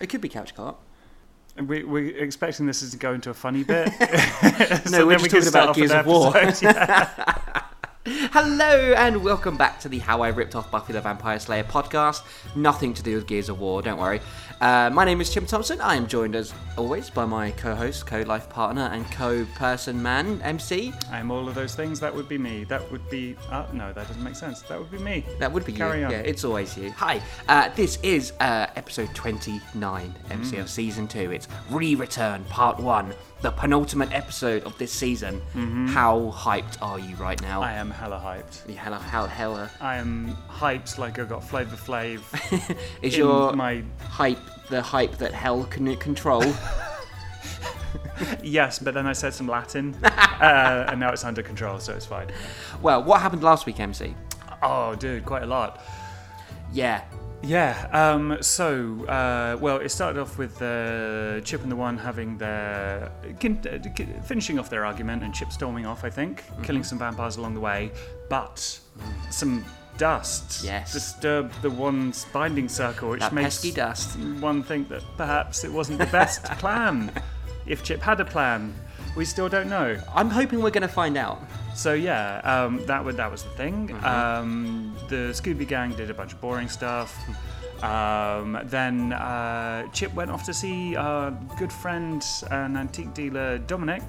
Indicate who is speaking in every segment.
Speaker 1: It could be couch co-op.
Speaker 2: And We, we're expecting this is going to a funny bit.
Speaker 1: No, we're
Speaker 2: then
Speaker 1: just talking
Speaker 2: can start
Speaker 1: about
Speaker 2: off
Speaker 1: Gears
Speaker 2: an
Speaker 1: of War.
Speaker 2: episode, yeah.
Speaker 1: Hello and welcome back to the How I Ripped Off Buffy the Vampire Slayer podcast. Nothing to do with Gears of War, don't worry. Uh, my name is Tim Thompson. I am joined as always by my co-host, co-life partner, and co-person man, MC.
Speaker 2: I'm all of those things. That would be me. That would be. Uh, no, that doesn't make sense. That would be me.
Speaker 1: That would be
Speaker 2: Carry
Speaker 1: you.
Speaker 2: on.
Speaker 1: Yeah, it's always you. Hi, uh, this is uh, episode 29,
Speaker 2: Hmm.
Speaker 1: MCL season 2. It's Re Return Part 1, the penultimate episode of this season. How hyped are you right now?
Speaker 2: Mm-hmm. I am hella hyped.
Speaker 1: Yeah, Hella, hella, hella.
Speaker 2: I am hyped like I got Flavor Flav
Speaker 1: Is
Speaker 2: in
Speaker 1: your
Speaker 2: my.
Speaker 1: hype the hype that hell can control?
Speaker 2: Yes, but then I said some Latin, uh, and now it's under control, so it's fine.
Speaker 1: well, what happened last week, MC?
Speaker 2: Oh, dude, quite a lot.
Speaker 1: Yeah.
Speaker 2: Yeah. Um, so, uh, well, it started off with uh, Chip and the One having their kin- uh, ki- finishing off their argument, and Chip storming off. I think
Speaker 1: Mm-hmm.
Speaker 2: killing some vampires along the way, but some dust
Speaker 1: Yes.
Speaker 2: disturbed the One's binding circle, which
Speaker 1: That
Speaker 2: makes
Speaker 1: pesky dust.
Speaker 2: one think that perhaps it wasn't the best plan. If Chip had a plan, we still don't know.
Speaker 1: I'm hoping we're going to find out.
Speaker 2: So yeah, um, that was that was the thing. Um, the Scooby Gang did a bunch of boring stuff. Um, then uh, Chip went off to see our good friend and antique dealer Dominic,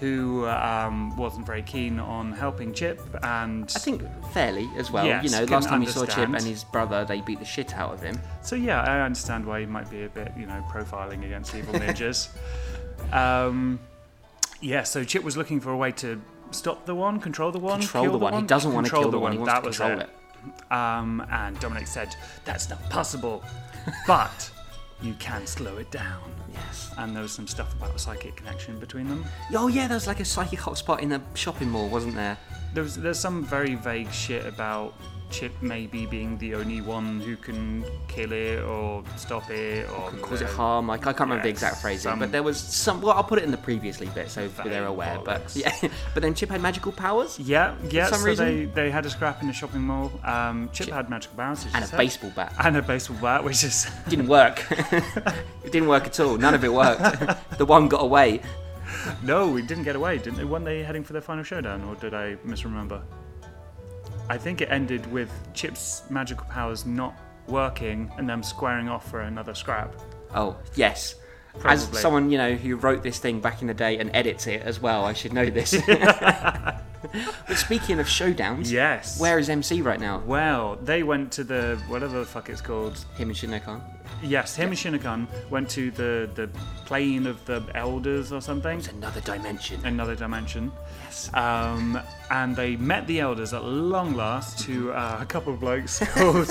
Speaker 2: who um, wasn't very keen on helping Chip. And
Speaker 1: I think fairly as well.
Speaker 2: Yes,
Speaker 1: you know,
Speaker 2: can
Speaker 1: last time we saw Chip
Speaker 2: understand.
Speaker 1: and his brother, they beat the shit out of him.
Speaker 2: so yeah, I understand why he might be a bit you know profiling against evil ninjas. um, yeah, so Chip was looking for a way to stop the one, control the one,
Speaker 1: Control
Speaker 2: kill
Speaker 1: the one. He doesn't want to
Speaker 2: Control
Speaker 1: kill the one. He wants
Speaker 2: that
Speaker 1: to
Speaker 2: was
Speaker 1: control
Speaker 2: it.
Speaker 1: it.
Speaker 2: Um, and Dominic said, That's not possible, but you can slow it down.
Speaker 1: Yes.
Speaker 2: And there was some stuff about a psychic connection between them.
Speaker 1: Oh yeah, there was like a psychic hotspot in the shopping mall, wasn't there?
Speaker 2: There was, there's some very vague shit about Chip maybe being the only one who can kill it or stop it or
Speaker 1: Cause it
Speaker 2: the-
Speaker 1: harm. Like I can't remember the
Speaker 2: yes,
Speaker 1: exact phrasing,
Speaker 2: some-
Speaker 1: but there was some. Well, I'll put it in the previously bit so they're aware. But
Speaker 2: bollocks.
Speaker 1: yeah, but then Chip had magical powers
Speaker 2: Yeah, yeah.
Speaker 1: some
Speaker 2: so
Speaker 1: reason-
Speaker 2: they, they had a scrap in a shopping mall. Um, Chip,
Speaker 1: Chip-
Speaker 2: had magical powers, as you
Speaker 1: and a
Speaker 2: said.
Speaker 1: baseball bat.
Speaker 2: and a baseball bat, which is
Speaker 1: didn't work. it didn't work at all. None of it worked. the one got away.
Speaker 2: No, we didn't get away, didn't they? Weren't they heading for their final showdown, or did I misremember? I think it ended with Chip's magical powers not working and them squaring off for another scrap.
Speaker 1: Oh, yes. As
Speaker 2: Probably.
Speaker 1: someone, you know, who wrote this thing back in the day and edits it as well, I should know this. but speaking of showdowns,
Speaker 2: Yes.
Speaker 1: where is MC right now?
Speaker 2: Well, they went to the whatever the fuck it's called.
Speaker 1: Him and Shinnokan.
Speaker 2: Yes, him and Shinokun went to the the plane of the elders or something,
Speaker 1: It's another dimension.
Speaker 2: another dimension.
Speaker 1: Yes.
Speaker 2: Um, and they met the elders at long last to uh, a couple of blokes called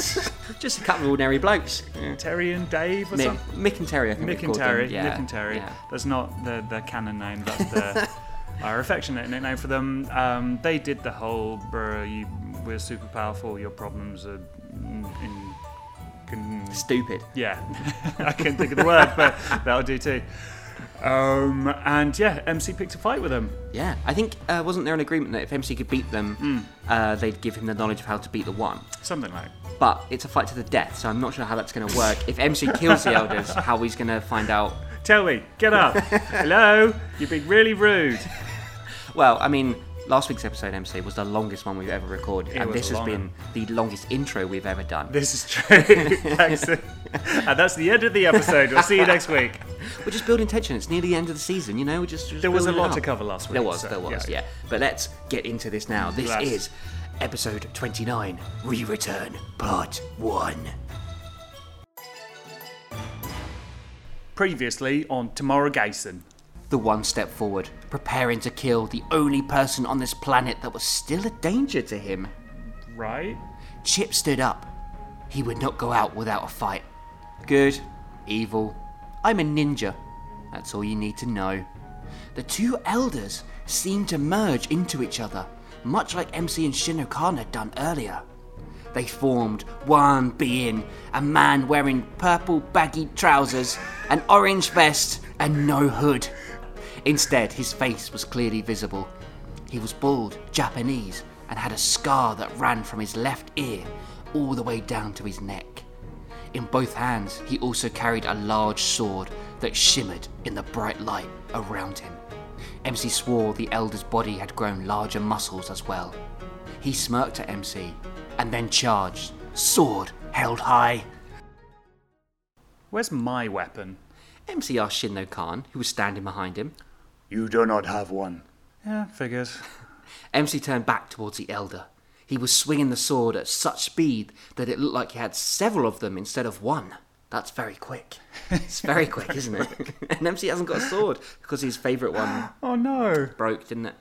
Speaker 1: Just a couple of ordinary blokes.
Speaker 2: Terry and Dave or
Speaker 1: Mick,
Speaker 2: something.
Speaker 1: Mick and Terry, I think we
Speaker 2: Nick and
Speaker 1: called
Speaker 2: Terry.
Speaker 1: them. Yeah,
Speaker 2: Nick and Terry.
Speaker 1: yeah.
Speaker 2: That's not the the canon name. That's the our affectionate nickname for them. Um, they did the whole "Bruh, you, we're super powerful. Your problems are in." in can,
Speaker 1: Stupid.
Speaker 2: yeah, I can't think of the word, but that'll do too. Um, and yeah, MC picked a fight with them.
Speaker 1: Yeah, I think uh, wasn't there an agreement that if MC could beat
Speaker 2: Hmm.
Speaker 1: them, uh, they'd give him the knowledge of how to beat the one.
Speaker 2: Something like.
Speaker 1: But it's a fight to the death, so I'm not sure how that's going to work. if MC kills the elders, how he's going to find out?
Speaker 2: Tell me, get up. Hello, you're being really rude.
Speaker 1: Well, I mean, last week's episode MC was the longest one we've ever recorded, and
Speaker 2: was
Speaker 1: this
Speaker 2: a
Speaker 1: has
Speaker 2: long
Speaker 1: been the longest intro we've ever done,
Speaker 2: This is true. Thanks. and that's the end of the episode. We'll see you next week.
Speaker 1: We're just building tension. It's near the end of the season, you know. We're just, just
Speaker 2: There was a
Speaker 1: building it
Speaker 2: lot to
Speaker 1: up.
Speaker 2: cover last week.
Speaker 1: There was,
Speaker 2: so,
Speaker 1: there was, yeah. But let's get into this now. This
Speaker 2: Yes.
Speaker 1: is episode 29, Re-Return, Part 1.
Speaker 2: Previously on Tomorrow Gason.
Speaker 1: the one step forward, preparing to kill the only person on this planet that was still a danger to him.
Speaker 2: Right?
Speaker 1: Chip stood up. He would not go out without a fight. Good, evil. I'm a ninja. That's all you need to know. The two elders seemed to merge into each other, much like MC and Shinokan had done earlier. They formed one being, a man wearing purple baggy trousers, an orange vest, and no hood. Instead, his face was clearly visible. He was bald, Japanese, and had a scar that ran from his left ear all the way down to his neck. In both hands, he also carried a large sword that shimmered in the bright light around him. MC swore the elder's body had grown larger muscles as well. He smirked at MC and then charged, sword held high.
Speaker 2: Where's my weapon?
Speaker 1: MC asked Shinno Khan, who was standing behind him.
Speaker 2: You do not have one. Yeah, figures.
Speaker 1: MC turned back towards the elder. He was swinging the sword at such speed that it looked like he had several of them instead of one. That's very quick. It's very quick, isn't it? and MC hasn't got a sword because his favourite one
Speaker 2: Oh no.
Speaker 1: broke, didn't it?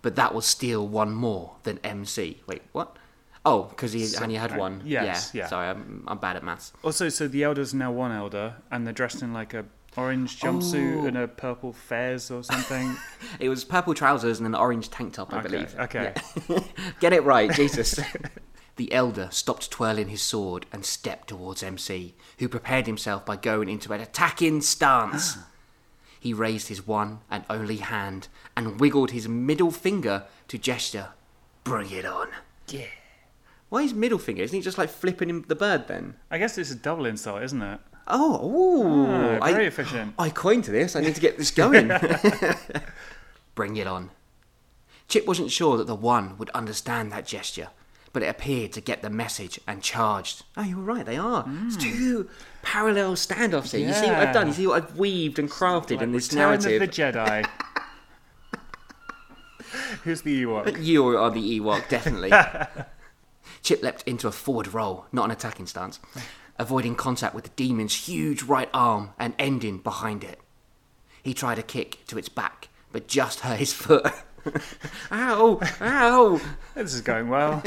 Speaker 1: But that will steal one more than MC. Wait, what? Oh, because he only had
Speaker 2: Something.
Speaker 1: one.
Speaker 2: Yes, yeah.
Speaker 1: Sorry, I'm, I'm bad at maths.
Speaker 2: Also, so the elder's now one elder, and they're dressed in like a orange jumpsuit
Speaker 1: Oh.
Speaker 2: and a purple fez or something.
Speaker 1: It was purple trousers and an orange tank top, I
Speaker 2: Okay,
Speaker 1: believe.
Speaker 2: okay.
Speaker 1: Yeah. Get it right, Jesus. the elder stopped twirling his sword and stepped towards MC, who prepared himself by going into an attacking stance. he raised his one and only hand and wiggled his middle finger to gesture, Bring it on.
Speaker 2: yeah.
Speaker 1: Why his middle finger? Isn't he just like flipping him the bird then?
Speaker 2: I guess it's a double insult, isn't it?
Speaker 1: Oh, ooh.
Speaker 2: Ah,
Speaker 1: I-
Speaker 2: very efficient.
Speaker 1: I coined this. I need to get this going. Bring it on. Chip wasn't sure that the one would understand that gesture, but it appeared to get the message and charged. Oh, you were right. They are.
Speaker 2: Hmm.
Speaker 1: It's two parallel standoffs here. You see what I've done. You see what I've weaved and crafted in this
Speaker 2: Return
Speaker 1: narrative.
Speaker 2: of the Jedi. Who's the Ewok?
Speaker 1: You are the Ewok, definitely. Chip leapt into a forward roll, not an attacking stance, avoiding contact with the demon's huge right arm and ending behind it. He tried a kick to its back, but just hurt his foot. ow! Ow!
Speaker 2: This is going well.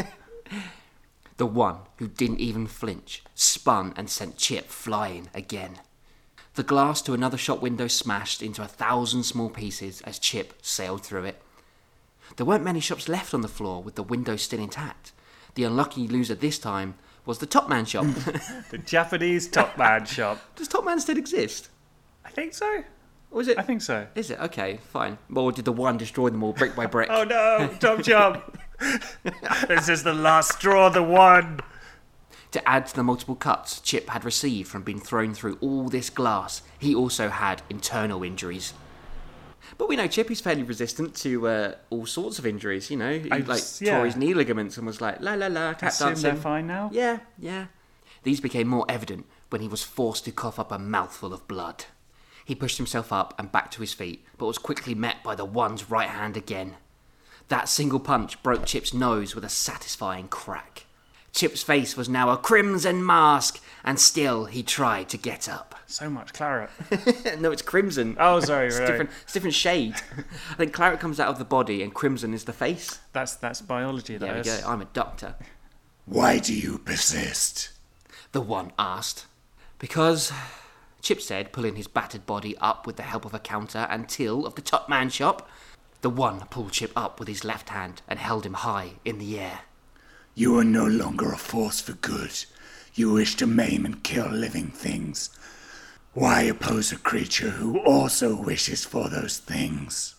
Speaker 1: The one who didn't even flinch spun and sent Chip flying again. The glass to another shop window smashed into a thousand small pieces as Chip sailed through it. There weren't many shops left on the floor with the window still intact. The unlucky loser this time was the Topman shop.
Speaker 2: The Japanese Top Man shop.
Speaker 1: Does Topman still exist?
Speaker 2: I think so.
Speaker 1: Or is it?
Speaker 2: I think so.
Speaker 1: Is it? Okay, fine. Or did the one destroy them all brick by brick?
Speaker 2: Oh no, Top Chop. this is the last straw, the one.
Speaker 1: To add to the multiple cuts Chip had received from being thrown through all this glass, he also had internal injuries. But we know Chip is fairly resistant to uh, all sorts of injuries. You know, he
Speaker 2: I
Speaker 1: like
Speaker 2: s- yeah.
Speaker 1: tore his knee ligaments and was like la la la cat
Speaker 2: Assume they're
Speaker 1: dancing.
Speaker 2: fine now.
Speaker 1: Yeah, yeah. These became more evident when he was forced to cough up a mouthful of blood. He pushed himself up and back to his feet, but was quickly met by the one's right hand again. That single punch broke Chip's nose with a satisfying crack. Chip's face was now a crimson mask, and still he tried to get up.
Speaker 2: So much claret.
Speaker 1: no, it's crimson.
Speaker 2: Oh, sorry,
Speaker 1: it's
Speaker 2: right.
Speaker 1: different. It's different shade. I think claret comes out of the body, and crimson is the face.
Speaker 2: That's that's biology.
Speaker 1: There
Speaker 2: That is.
Speaker 1: we go. I'm a doctor.
Speaker 3: Why do you persist?
Speaker 1: The one asked. Because, Chip said, pulling his battered body up with the help of a counter and till of the top man shop. The one pulled Chip up with his left hand and held him high in the air.
Speaker 3: You are no longer a force for good. You wish to maim and kill living things. Why oppose a creature who also wishes for those things?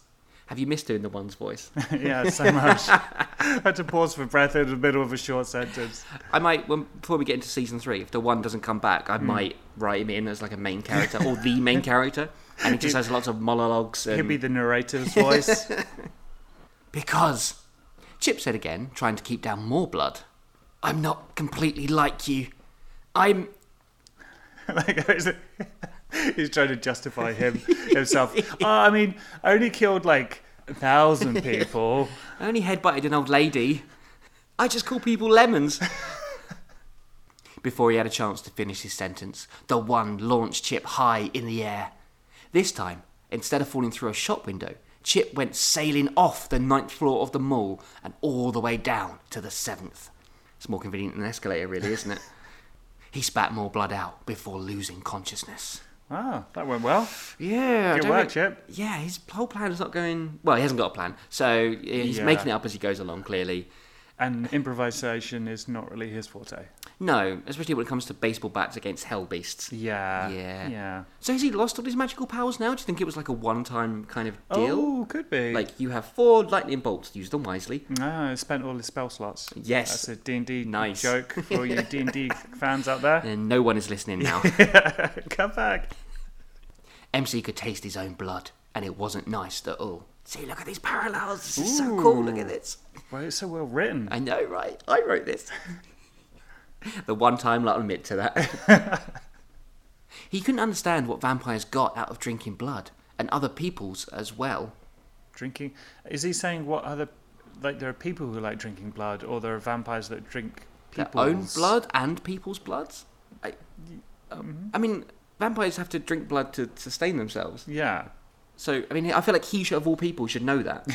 Speaker 1: Have you missed doing the one's voice?
Speaker 2: yeah, so much. I had to pause for breath in the middle of a short sentence.
Speaker 1: I might, when, before we get into season three, if the one doesn't come back, I might write him in as like a main character or the main character. And he just has lots of monologues. And...
Speaker 2: He'd be the narrator's voice.
Speaker 1: Because, Chip said again, trying to keep down more blood, I'm not completely like you. I'm
Speaker 2: like, is it- he's trying to justify him himself. Oh, I mean, I only killed like a thousand people.
Speaker 1: I only headbutted an old lady. I just call people lemons. Before he had a chance to finish his sentence, the one launched Chip high in the air. This time, instead of falling through a shop window, Chip went sailing off the ninth floor of the mall and all the way down to the seventh. It's more convenient than an escalator, really, isn't it? he spat more blood out before losing consciousness.
Speaker 2: Wow, Ah, that went well.
Speaker 1: Yeah, I
Speaker 2: Good
Speaker 1: Oh, don't
Speaker 2: work,
Speaker 1: think-
Speaker 2: Chip.
Speaker 1: Yeah, his whole plan is not going. Well, he hasn't got a plan, so he's
Speaker 2: Yeah.
Speaker 1: making it up as he goes along. Clearly,
Speaker 2: And improvisation is not really his forte.
Speaker 1: No, especially when it comes to baseball bats against hell beasts.
Speaker 2: Yeah.
Speaker 1: Yeah.
Speaker 2: Yeah.
Speaker 1: So has he lost all his magical powers now? Do you think it was like a one-time kind of deal?
Speaker 2: Oh, could be.
Speaker 1: Like you have four lightning bolts, use them wisely.
Speaker 2: No, I spent all his spell slots.
Speaker 1: Yes.
Speaker 2: That's a D&D
Speaker 1: Nice.
Speaker 2: joke for all you D&D fans out there.
Speaker 1: And no one is listening now.
Speaker 2: Come back.
Speaker 1: MC could taste his own blood, and it wasn't nice at all. See, look at these parallels. This is so cool. Look at this.
Speaker 2: Well, it's so well written.
Speaker 1: I know, right? I wrote this. the one time I'll admit to that. he couldn't understand what vampires got out of drinking blood, and other people's as well.
Speaker 2: Drinking. Is he saying what other... Like, there are people who like drinking blood, or there are vampires that drink
Speaker 1: Their
Speaker 2: people's...
Speaker 1: own blood and people's bloods? I, I mean, vampires have to drink blood to sustain themselves.
Speaker 2: Yeah.
Speaker 1: So, I mean, I feel like he, should, of all people, should know that.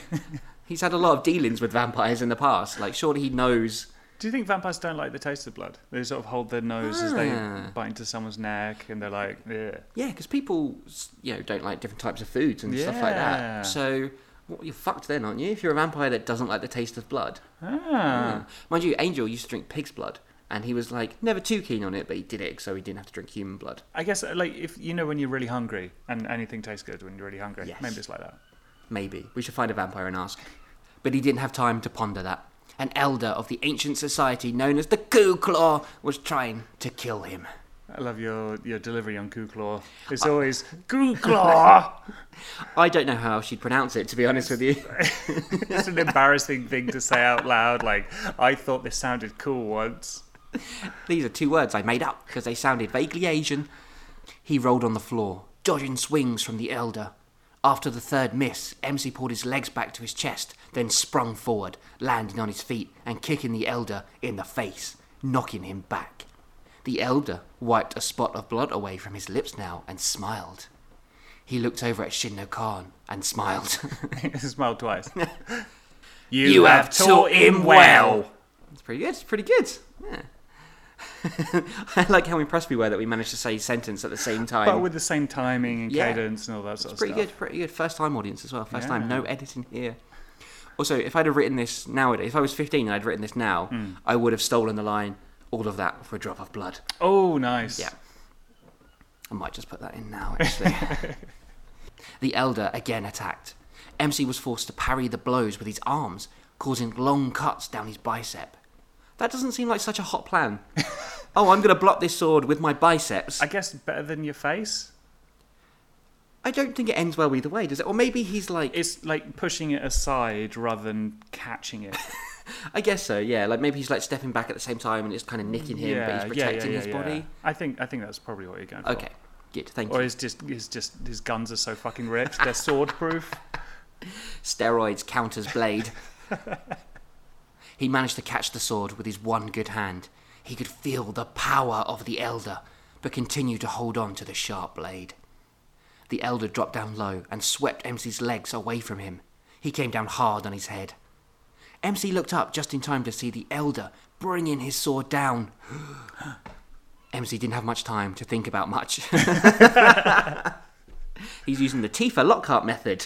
Speaker 1: He's had a lot of dealings with vampires in the past. Like, surely he knows.
Speaker 2: Do you think vampires don't like the taste of blood? They sort of hold their nose as they
Speaker 1: Ah.
Speaker 2: bite into someone's neck, and they're like, yeah.
Speaker 1: Yeah, because people, s- you know, don't like different types of foods and stuff like
Speaker 2: Yeah.
Speaker 1: that. So, well, you're fucked then, aren't you? If you're a vampire that doesn't like the taste of blood.
Speaker 2: Ah.
Speaker 1: Mind you, Angel used to drink pig's blood, and he was like never too keen on it, but he did it so he didn't have to drink human blood.
Speaker 2: I guess, uh, like, if you know when you're really hungry, and anything tastes good when you're really hungry.
Speaker 1: Yes.
Speaker 2: Maybe it's like that.
Speaker 1: Maybe. We should find a vampire and ask. But he didn't have time to ponder that. An elder of the ancient society known as the Ku Claw was trying to kill him.
Speaker 2: I love your, your delivery on Ku Claw. It's always Ku Claw.
Speaker 1: I don't know how she'd pronounce it, to be honest with you.
Speaker 2: it's an embarrassing thing to say out loud. Like I thought this sounded cool once.
Speaker 1: These are two words I made up because they sounded vaguely Asian. He rolled on the floor, dodging swings from the elder. After the third miss, MC pulled his legs back to his chest, then sprung forward, landing on his feet and kicking the elder in the face, knocking him back. The elder wiped a spot of blood away from his lips now and smiled. He looked over at Shinno Khan and smiled.
Speaker 2: Smiled twice.
Speaker 1: You, have taught him well. It's pretty good. It's pretty good. Yeah. I like how impressed we were that we managed to say sentence at the same time.
Speaker 2: but with the same timing and
Speaker 1: Yeah.
Speaker 2: cadence and all that sort of
Speaker 1: pretty
Speaker 2: stuff.
Speaker 1: good. Pretty good. First time audience as well. First time.
Speaker 2: Yeah.
Speaker 1: No editing here. Also, if I'd have written this nowadays, if I was 15 and I'd written this now, I would have stolen the line, all of that for a drop of blood.
Speaker 2: Oh, nice.
Speaker 1: Yeah. I might just put that in now, actually. the elder again attacked. MC was forced to parry the blows with his arms, causing long cuts down his bicep. That doesn't seem like such a hot plan. oh, I'm going to block this sword with my biceps.
Speaker 2: I
Speaker 1: I,
Speaker 2: guess better than your face.
Speaker 1: don't think it ends well either way, does it? Or maybe he's like.
Speaker 2: It's like pushing it aside rather than catching it.
Speaker 1: I guess so, yeah. Like maybe he's like stepping back at the same time and it's kind of nicking him, but he's protecting his body.
Speaker 2: I think I think that's probably what you're going
Speaker 1: Okay, good. Thank
Speaker 2: for. Or
Speaker 1: you.
Speaker 2: is just is just his guns are so fucking ripped, they're sword proof.
Speaker 1: steroids counters blade. he managed to catch the sword with his one good hand. He could feel the power of the elder, but continued to hold on to the sharp blade. The elder dropped down low and swept MC's legs away from him. He came down hard on his head. MC looked up just in time to see the elder bringing his sword down. MC didn't have much time to think about much. He's using the Tifa Lockhart method.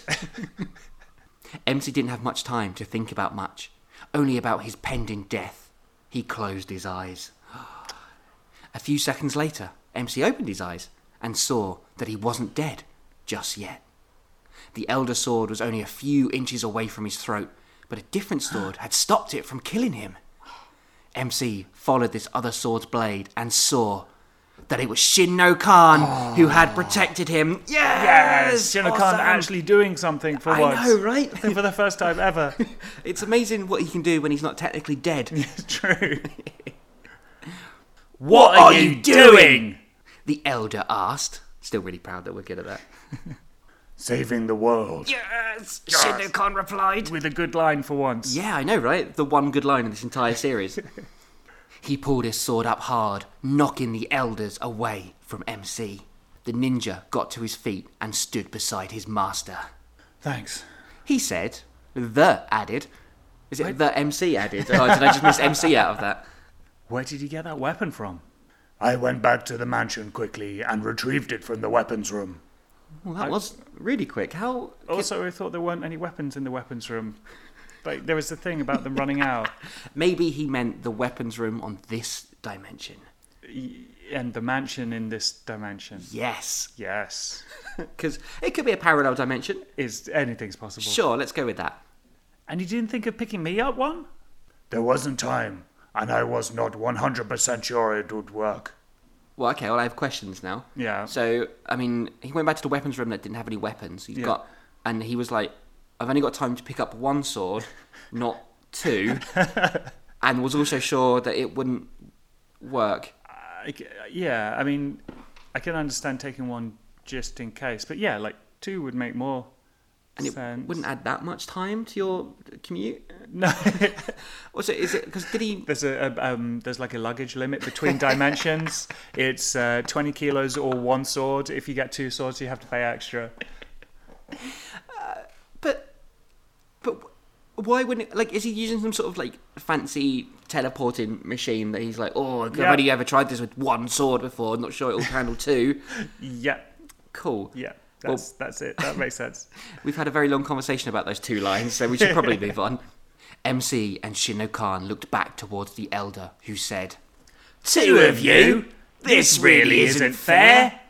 Speaker 1: MC didn't have much time to think about much, only about his pending death. He closed his eyes. A few seconds later, MC opened his eyes and saw that he wasn't dead just yet. The elder sword was only a few inches away from his throat, but a different sword had stopped it from killing him. MC followed this other sword's blade and saw that it was Shin no Khan who had protected him. Yes!
Speaker 2: Shinnokan
Speaker 1: Awesome!
Speaker 2: actually doing something for
Speaker 1: I
Speaker 2: once.
Speaker 1: know, right?
Speaker 2: I think for the first time ever.
Speaker 1: It's amazing what he can do when he's not technically dead.
Speaker 2: True.
Speaker 1: What are you doing? the elder asked. Still really proud that we're good at that.
Speaker 3: Saving the world.
Speaker 1: Yes, Shinno Khan replied.
Speaker 2: With a good line for once.
Speaker 1: Yeah, I know, right? The one good line in this entire series. he pulled his sword up hard, knocking the elders away from MC. The ninja got to his feet and stood beside his master.
Speaker 2: Thanks.
Speaker 1: He said, the added. Is it the MC added? Oh, did I just miss MC out of that?
Speaker 2: Where did you get that weapon from?
Speaker 3: I went back to the mansion quickly and retrieved it from the weapons room.
Speaker 1: Well, that was really quick. How
Speaker 2: Also, I thought there weren't any weapons in the weapons room. Like there was a thing about them running out,
Speaker 1: Maybe he meant the weapons room on this dimension.
Speaker 2: and the mansion in this dimension.
Speaker 1: Yes,
Speaker 2: Yes,
Speaker 1: because it could be a parallel dimension.
Speaker 2: is anything's possible.
Speaker 1: Sure, let's go with that.
Speaker 2: And you didn't think of picking me up one?
Speaker 3: There wasn't time, and I was not 100% sure it would work.
Speaker 1: Well, okay. Well, I have questions now.
Speaker 2: Yeah.
Speaker 1: So, I mean, he went back to the weapons room that didn't have any weapons. He
Speaker 2: Yeah.
Speaker 1: got, and he was like, "I've only got time to pick up one sword, not two, and was also sure that it wouldn't work.
Speaker 2: I c yeah, I mean, I can understand taking one just in case, but yeah, like two would make more
Speaker 1: And it
Speaker 2: sense.
Speaker 1: wouldn't add that much time to your commute.
Speaker 2: No,
Speaker 1: Also, is it because did he?
Speaker 2: there's a, a um, there's like a luggage limit between dimensions. it's uh, 20 kilos or one sword. If you get two swords, you have to pay extra.
Speaker 1: But, but why wouldn't it, like? Is he using some sort of like fancy teleporting machine that he's like, oh, I've
Speaker 2: Yeah.
Speaker 1: only ever tried this with one sword before. I'm not sure it will handle two.
Speaker 2: Yeah,
Speaker 1: Cool.
Speaker 2: yeah,
Speaker 1: Well-
Speaker 2: that's that's it. That makes sense.
Speaker 1: We've had a very long conversation about those two lines, so we should probably move on. MC and Shinno Khan looked back towards the elder, who said, Two of you? This really isn't fair.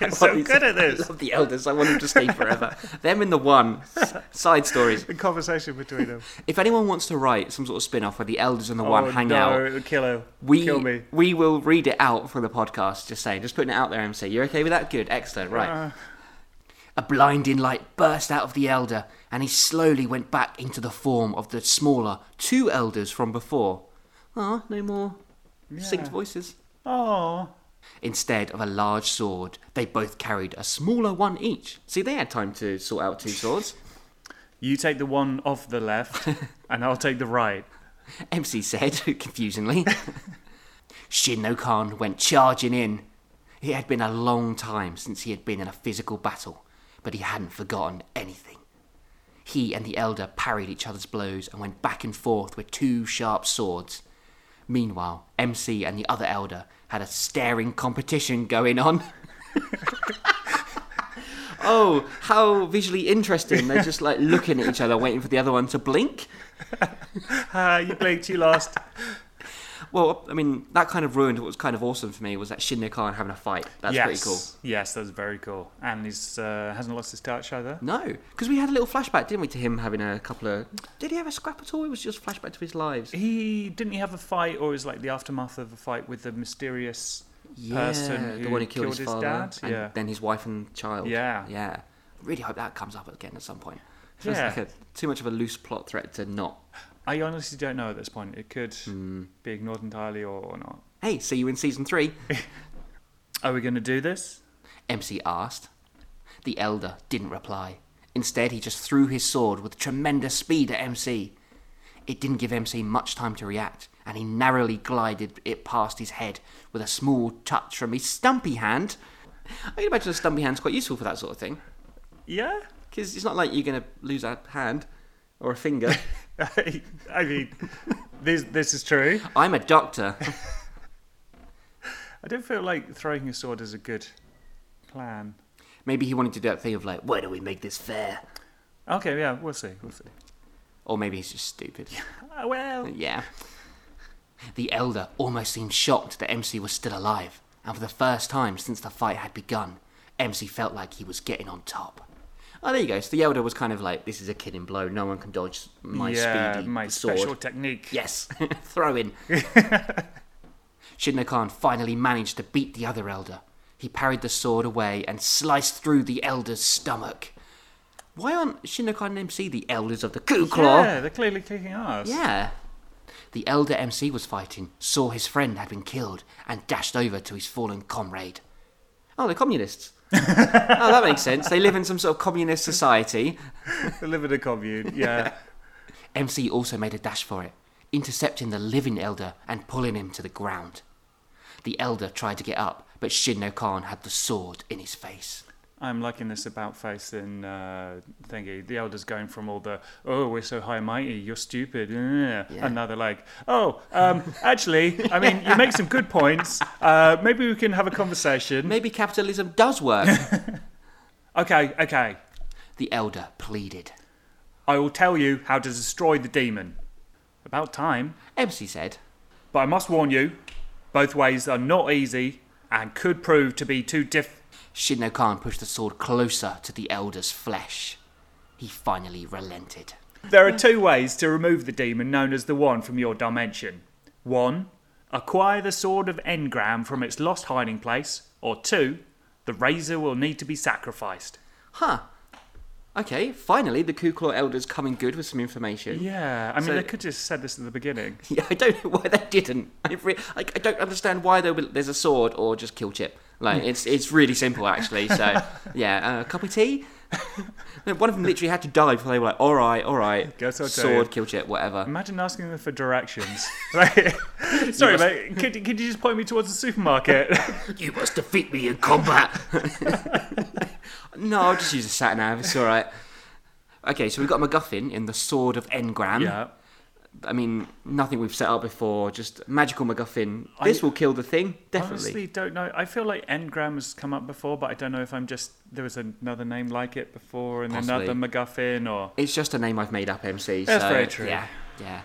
Speaker 2: You're so
Speaker 1: Well,
Speaker 2: good at
Speaker 1: I
Speaker 2: this.
Speaker 1: love the elders. I want them to stay forever. Them in the one. S- Side stories.
Speaker 2: The conversation between them.
Speaker 1: If anyone wants to write some sort of spin off where the elders and the one
Speaker 2: oh,
Speaker 1: hang
Speaker 2: no,
Speaker 1: out,
Speaker 2: it'll kill her.
Speaker 1: we,
Speaker 2: kill me.
Speaker 1: we will read it out for the podcast. Just saying. Just putting it out there, MC. You're okay with that? Good. Excellent. Right.
Speaker 2: Uh,
Speaker 1: A blinding light burst out of the elder, and he slowly went back into the form of the smaller two elders from before. Ah, no more synced
Speaker 2: Yeah.
Speaker 1: voices.
Speaker 2: oh,
Speaker 1: Instead of a large sword, they both carried a smaller one each. See, they had time to sort out two swords.
Speaker 2: you take the one off the left, and I'll take the right.
Speaker 1: MC said, confusingly. Shinno Khan went charging in. It had been a long time since he had been in a physical battle, but he hadn't forgotten anything. He and the elder parried each other's blows and went back and forth with two sharp swords. Meanwhile, MC and the other elder had a staring competition going on. oh, how visually interesting. They're just like looking at each other, waiting for the other one to blink.
Speaker 2: Ah, you blinked, you lost.
Speaker 1: Well, I mean, that kind of ruined what was kind of awesome for me was that Shinno Khan having a fight. That's
Speaker 2: yes.
Speaker 1: pretty cool.
Speaker 2: Yes, that's very cool. And he's uh, hasn't lost his touch either.
Speaker 1: No, because we had a little flashback, didn't we, to him having a couple of. Did he have a scrap at all? It was just flashback to his lives.
Speaker 2: He didn't he have a fight, or is like the aftermath of a fight with the mysterious
Speaker 1: yeah,
Speaker 2: person
Speaker 1: the
Speaker 2: who
Speaker 1: one who killed, his, father,
Speaker 2: dad?
Speaker 1: and
Speaker 2: yeah.
Speaker 1: then his wife and child.
Speaker 2: Yeah.
Speaker 1: yeah. Really hope that comes up again at some point. Feels
Speaker 2: Yeah.
Speaker 1: like a, too much of a loose plot thread to not.
Speaker 2: I honestly don't know at this point. It could
Speaker 1: Hmm.
Speaker 2: be ignored entirely or, or not.
Speaker 1: Hey, see you in season three.
Speaker 2: Are we going to do this?
Speaker 1: MC asked. The elder didn't reply. Instead, he just threw his sword with tremendous speed at MC. It didn't give MC much time to react, and he narrowly glided it past his head with a small touch from his stumpy hand. I can imagine a stumpy hand's quite useful for that sort of thing,
Speaker 2: Yeah.
Speaker 1: because it's not like you're going to lose a hand or a finger.
Speaker 2: I mean, this this is true.
Speaker 1: I'm a doctor.
Speaker 2: I don't feel like throwing a sword is a good plan.
Speaker 1: Maybe he wanted to do that thing of like, why do we make this fair?
Speaker 2: Okay, yeah, we'll see. We'll see.
Speaker 1: Or maybe he's just stupid.
Speaker 2: Uh, well,
Speaker 1: Yeah. The elder almost seemed shocked that MC was still alive, and for the first time since the fight had begun, MC felt like he was getting on top. Oh, there you go. So the elder was kind of like, "This is a killing blow. No one can dodge my
Speaker 2: yeah,
Speaker 1: speedy
Speaker 2: my
Speaker 1: sword."
Speaker 2: special technique.
Speaker 1: Yes, throw in. Shinno Khan finally managed to beat the other elder. He parried the sword away and sliced through the elder's stomach. Why aren't Shinno Khan and MC the elders of the Ku Claw?
Speaker 2: Yeah, they're clearly kicking ass.
Speaker 1: Yeah. The elder MC was fighting, saw his friend had been killed, and dashed over to his fallen comrade. Oh, they're communists. oh, that makes sense. They live in some sort of communist society.
Speaker 2: They live in a commune. Yeah.
Speaker 1: MC also made a dash for it, intercepting the living elder and pulling him to the ground. The elder tried to get up, but Shinno Khan had the sword in his face.
Speaker 2: I'm liking this about face in uh, thingy. The elders going from all the oh we're so high and mighty, you're stupid, eh," and now they're like oh um, actually, I mean you make some good points. Uh, maybe we can have a conversation.
Speaker 1: Maybe capitalism does work,
Speaker 2: Okay, okay.
Speaker 1: the elder pleaded.
Speaker 2: I will tell you how to destroy the demon. About time.
Speaker 1: Empsey said,
Speaker 2: But I must warn you, both ways are not easy and could prove to be too diff.
Speaker 1: Shinno Khan pushed the sword closer to the elder's flesh. He finally relented.
Speaker 2: There are two ways to remove the demon known as the One from your dimension. One, acquire the sword of Engram from its lost hiding place, or two, the razor will need to be sacrificed.
Speaker 1: Huh. Okay, finally the Kuklaw Elder's coming good with some information.
Speaker 2: Yeah, I mean,
Speaker 1: So-
Speaker 2: they could just said this at the beginning.
Speaker 1: Yeah, I don't know why they didn't. I, re- I, I don't understand why there would- there's a sword or just kill Chip. Like it's it's really simple actually. So yeah, uh, cup of tea. No, One of them literally had to die before they were like, all right, all right,
Speaker 2: Guess I'll tell
Speaker 1: sword,
Speaker 2: you."
Speaker 1: kill Chip, whatever.
Speaker 2: Imagine asking them for directions. Like, Sorry,
Speaker 1: must-
Speaker 2: mate. Could, could you just point me towards the supermarket?
Speaker 1: You must defeat me in combat. no, I'll just use a sat nav. It's all right. Okay, so we've got MacGuffin in the Sword of Engram.
Speaker 2: yeah.
Speaker 1: I mean, nothing we've set up before. Just magical MacGuffin. This will kill the thing, definitely.
Speaker 2: Honestly, don't know. I feel like Engram has come up before, but I don't know if I'm just there was another name like it before and
Speaker 1: Possibly.
Speaker 2: another MacGuffin or
Speaker 1: It's just a name I've made up, MC.
Speaker 2: That's
Speaker 1: so,
Speaker 2: very true.
Speaker 1: Yeah, yeah.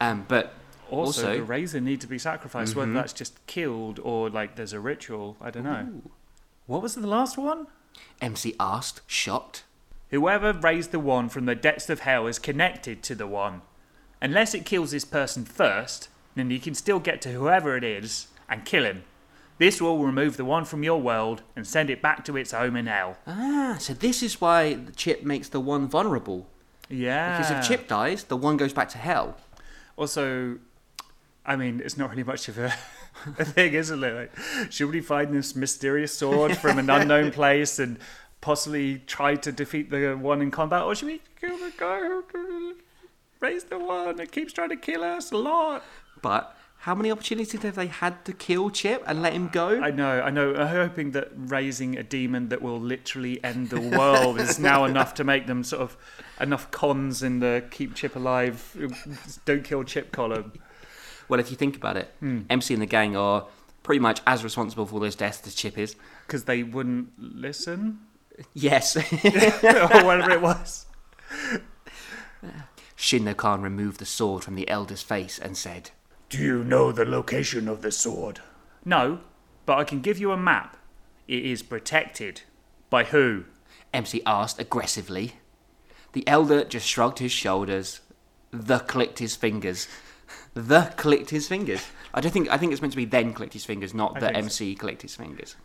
Speaker 1: Um, but
Speaker 2: also, mm-hmm.
Speaker 1: also,
Speaker 2: the razor need to be sacrificed. Whether that's just killed or like there's a ritual, I don't know. What was the last one?
Speaker 1: MC asked, shocked.
Speaker 2: Whoever raised the one from the depths of hell is connected to the one. Unless it kills this person first, then you can still get to whoever it is and kill him. This will remove the one from your world and send it back to its home in hell.
Speaker 1: Ah, so this is why the chip makes the one vulnerable.
Speaker 2: Yeah.
Speaker 1: Because if Chip dies, the one goes back to hell.
Speaker 2: Also, I mean, it's not really much of a, a thing, isn't it? Like, should we find this mysterious sword from an unknown place and possibly try to defeat the one in combat, or should we kill the guy who raised the one that keeps trying to kill us a lot?
Speaker 1: But how many opportunities have they had to kill Chip and let him go?
Speaker 2: I know, I know. I'm hoping that raising a demon that will literally end the world is now enough to make them sort of enough cons in the keep Chip alive, don't kill Chip column.
Speaker 1: well, if you think about it,
Speaker 2: Hmm.
Speaker 1: MC and the gang are pretty much as responsible for all those deaths as Chip is.
Speaker 2: Because they wouldn't listen.
Speaker 1: Yes.
Speaker 2: or whatever it was.
Speaker 1: Shinno Khan removed the sword from the elder's face and said,
Speaker 3: Do you know the location of the sword?
Speaker 2: No, but I can give you a map. It is protected. By who?
Speaker 1: MC asked aggressively. The elder just shrugged his shoulders. The clicked his fingers. The clicked his fingers. I don't think I think it's meant to be then clicked his fingers, not the
Speaker 2: think so.
Speaker 1: MC clicked his fingers.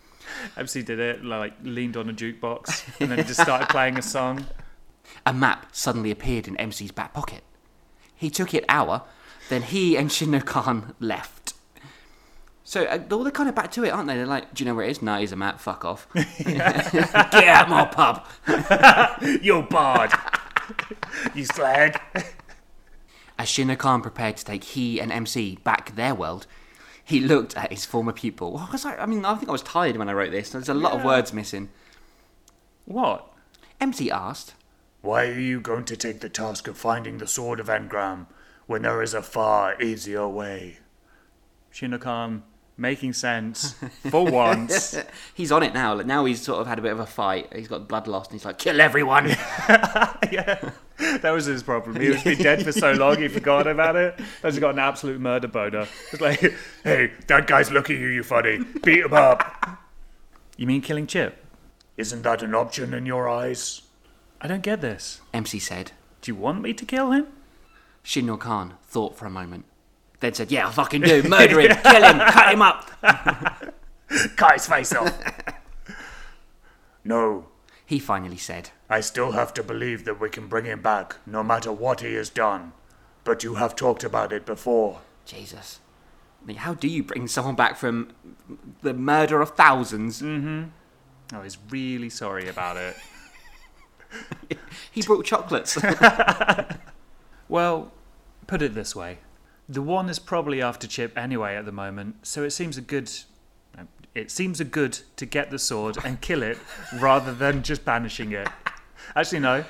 Speaker 2: MC did it, like leaned on a jukebox and then just started playing a song.
Speaker 1: A map suddenly appeared in MC's back pocket. He took it our, then he and Shinno Khan left. So uh, they're all they're kind of back to it, aren't they? They're like, do you know where it is? No, here's a map. Fuck off. Get out my pub.
Speaker 2: You're barred. you slag.
Speaker 1: As Shinno Khan prepared to take he and MC back their world, he looked at his former pupil. Well, was I, I mean, I think I was tired when I wrote this. There's a lot of
Speaker 2: Yeah.
Speaker 1: words missing.
Speaker 2: What?
Speaker 1: MC asked.
Speaker 3: Why are you going to take the task of finding the sword of Engram when there is a far easier way?
Speaker 2: Shinokan making sense for once.
Speaker 1: he's on it now. Like, now he's sort of had a bit of a fight. He's got blood loss and he's like, kill everyone.
Speaker 2: yeah. That was his problem. He was been dead for so long he forgot about it. That's got an absolute murder boner. It's like,
Speaker 3: Hey, that guy's looking at you, you funny. Beat him up.
Speaker 2: you mean killing Chip?
Speaker 3: Isn't that an option in your eyes?
Speaker 2: I don't get this.
Speaker 1: MC said.
Speaker 2: Do you want me to kill him?
Speaker 1: Shinno Khan thought for a moment, then said, yeah, I fucking do. Murder him, kill him, cut him up.
Speaker 3: Cut his face off. no,
Speaker 1: He finally said,
Speaker 3: I still have to believe that we can bring him back, no matter what he has done. But you have talked about it before.
Speaker 1: Jesus. I mean, How do you bring someone back from the murder of thousands?
Speaker 2: Mm. Oh, he's really sorry about it.
Speaker 1: He brought chocolates.
Speaker 2: Well, put it this way the one is probably after Chip anyway at the moment, so it seems a good. It seems a good to get the sword and kill it rather than just banishing it. Actually, no.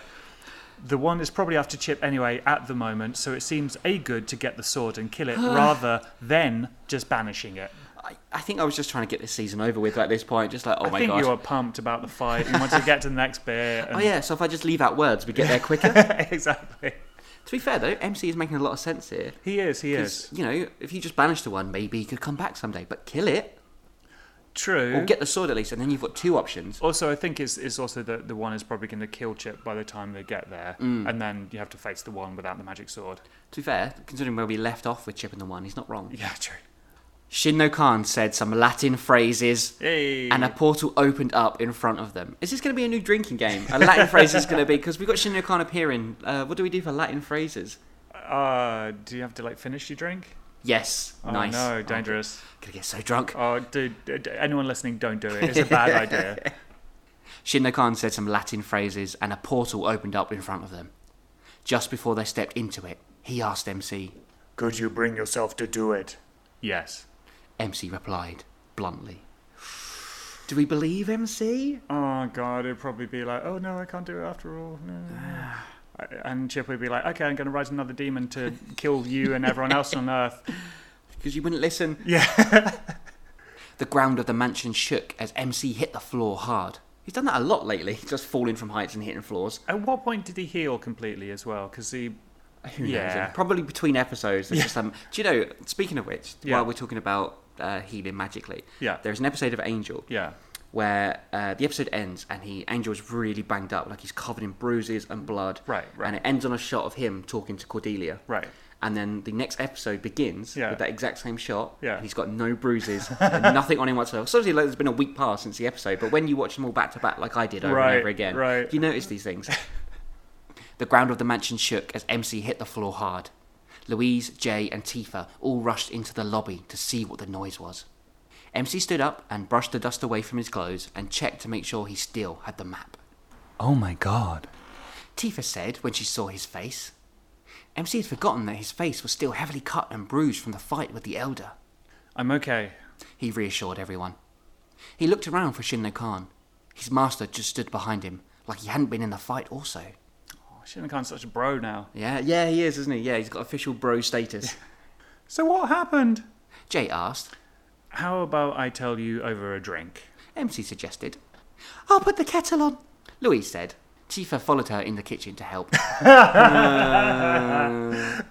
Speaker 2: The one is probably after Chip anyway at the moment, so it seems a good to get the sword and kill it rather than just banishing it.
Speaker 1: I, I think I was just trying to get this season over with at this point. Just like, oh
Speaker 2: I
Speaker 1: my
Speaker 2: think
Speaker 1: god.
Speaker 2: you were pumped about the fight. You wanted to get to the next bit. And
Speaker 1: Oh yeah, so if I just leave out words, we get there quicker.
Speaker 2: exactly.
Speaker 1: to be fair though, MC is making a lot of sense here.
Speaker 2: He is. He
Speaker 1: 'Cause,
Speaker 2: is.
Speaker 1: You know, if you just banish the one, maybe he could come back someday. But kill it
Speaker 2: True.
Speaker 1: or get the sword at least, and then you've got two options.
Speaker 2: also, I think it's, it's also that the one is probably going to kill Chip by the time they get there, and then you have to face the one without the magic sword.
Speaker 1: To be fair, considering where we left off with Chip and the One, he's not wrong.
Speaker 2: Yeah, true.
Speaker 1: Shin no Khan said some Latin phrases,
Speaker 2: Hey.
Speaker 1: and a portal opened up in front of them. Is this going to be a new drinking game? A Latin phrase is going to be because we've got Shin no Khan appearing. Uh, what do we do for Latin phrases?
Speaker 2: Uh, do you have to like finish your drink?
Speaker 1: Yes,
Speaker 2: Oh,
Speaker 1: nice.
Speaker 2: No, dangerous.
Speaker 1: I'm gonna get so drunk.
Speaker 2: Oh, dude, d- d- anyone listening, don't do it. It's a bad idea.
Speaker 1: Shin no Khan said some Latin phrases, and a portal opened up in front of them. Just before they stepped into it, he asked MC.
Speaker 3: Could you bring yourself to do it?
Speaker 2: Yes.
Speaker 1: MC replied bluntly. Do we believe MC?
Speaker 2: Oh God, it'd probably be like, oh no, I can't do it after all. No, no, no." I- and Chip would be like, okay, I'm going to rise another demon to kill you and everyone else on Earth.
Speaker 1: Because you wouldn't listen.
Speaker 2: Yeah.
Speaker 1: The ground of the mansion shook as MC hit the floor hard. He's done that a lot lately, just falling from heights and hitting floors.
Speaker 2: At what point did he heal completely as well? Because he,
Speaker 1: Uh, Who knows?
Speaker 2: Yeah.
Speaker 1: Probably between episodes. There's just, um, do you know, speaking of which,
Speaker 2: Yeah.
Speaker 1: while we're talking about uh, healing magically,
Speaker 2: Yeah.
Speaker 1: there's an episode of Angel
Speaker 2: yeah,
Speaker 1: where uh, the episode ends and he Angel's really banged up, like he's covered in bruises and blood.
Speaker 2: Right, right.
Speaker 1: And it ends on a shot of him talking to Cordelia.
Speaker 2: Right.
Speaker 1: And then the next episode begins
Speaker 2: Yeah.
Speaker 1: with that exact same shot.
Speaker 2: Yeah.
Speaker 1: And he's got no bruises and nothing on him whatsoever. So obviously, like, there's been a week past since the episode, but when you watch them all back to back, like I did over
Speaker 2: Right,
Speaker 1: and over again,
Speaker 2: right.
Speaker 1: you notice these things. the ground of the mansion shook as MC hit the floor hard. Louise, Jay, and Tifa all rushed into the lobby to see what the noise was. MC stood up and brushed the dust away from his clothes and checked to make sure he still had the map.
Speaker 2: Oh my god.
Speaker 1: Tifa said when she saw his face. MC had forgotten that his face was still heavily cut and bruised from the fight with the Elder.
Speaker 2: I'm okay.
Speaker 1: He reassured everyone. He looked around for Shin no Khan. His master just stood behind him, like he hadn't been in the fight also.
Speaker 2: Oh, Shinnikan's such a bro now.
Speaker 1: Yeah, yeah, he is, isn't he? Yeah, he's got official bro status.
Speaker 2: So what happened?
Speaker 1: Jay asked.
Speaker 2: How about I tell you over a drink?
Speaker 1: MC suggested. I'll put the kettle on, Louise said. Tifa followed her in the kitchen to help. Uh,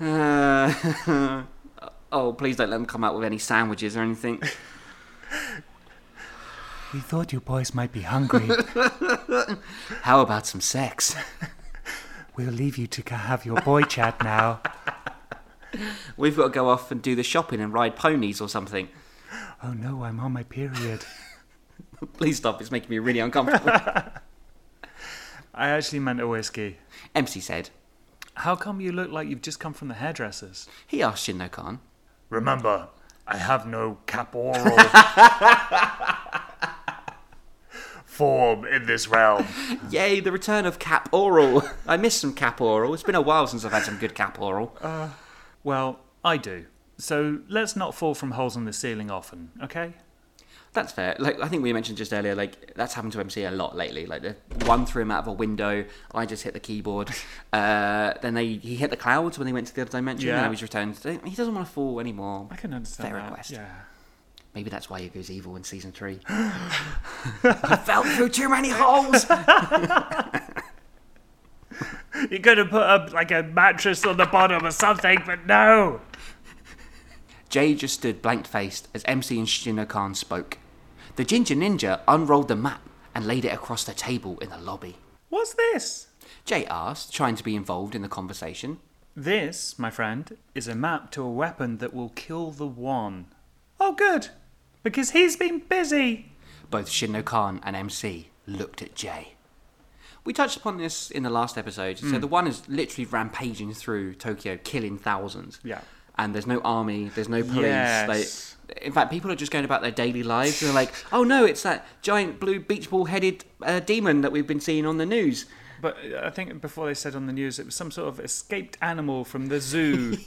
Speaker 1: uh, oh, please don't let them come out with any sandwiches or anything.
Speaker 2: We thought you boys might be hungry.
Speaker 1: How about some sex?
Speaker 2: we'll leave you to have your boy chat now.
Speaker 1: We've got to go off and do the shopping and ride ponies or something.
Speaker 2: Oh no, I'm on my period.
Speaker 1: Please stop, it's making me really uncomfortable.
Speaker 2: I actually meant a whiskey.
Speaker 1: MC said.
Speaker 2: How come you look like you've just come from the hairdressers?
Speaker 1: He asked Shin no Khan.
Speaker 3: Remember, I have no caporal form in this realm.
Speaker 1: Yay, the return of Cap Oral. I missed some Cap Oral. It's been a while since I've had some good Cap Oral.
Speaker 2: Well, I do. So let's not fall from holes on the ceiling often, okay?
Speaker 1: That's fair. Like I think we mentioned just earlier, like that's happened to MC a lot lately. Like the one threw him out of a window. I just hit the keyboard. Uh, then they he hit the clouds when they went to the other dimension.
Speaker 2: Yeah.
Speaker 1: And now he's returned. He doesn't want to fall anymore.
Speaker 2: I can understand
Speaker 1: Fair
Speaker 2: that.
Speaker 1: request.
Speaker 2: Yeah.
Speaker 1: Maybe that's why he goes evil in season three. I fell through too many holes.
Speaker 2: You're gonna put up like a mattress on the bottom or something, but no.
Speaker 1: Jay just stood blank faced as MC and Shino Khan spoke. The Ginger Ninja unrolled the map and laid it across the table in the lobby.
Speaker 2: What's this?
Speaker 1: Jay asked, trying to be involved in the conversation.
Speaker 2: This, my friend, is a map to a weapon that will kill the one. Oh, good, because he's been busy.
Speaker 1: Both Shinno Khan and MC looked at Jay. We touched upon this in the last episode. So
Speaker 2: Hmm.
Speaker 1: the one is literally rampaging through Tokyo, killing thousands.
Speaker 2: Yeah.
Speaker 1: And there's no army, there's no police.
Speaker 2: Yes.
Speaker 1: They, in fact, people are just going about their daily lives. They're like, oh no, it's that giant blue beach ball headed uh, demon that we've been seeing on the news.
Speaker 2: But uh, I think before they said on the news, it was some sort of escaped animal from the zoo.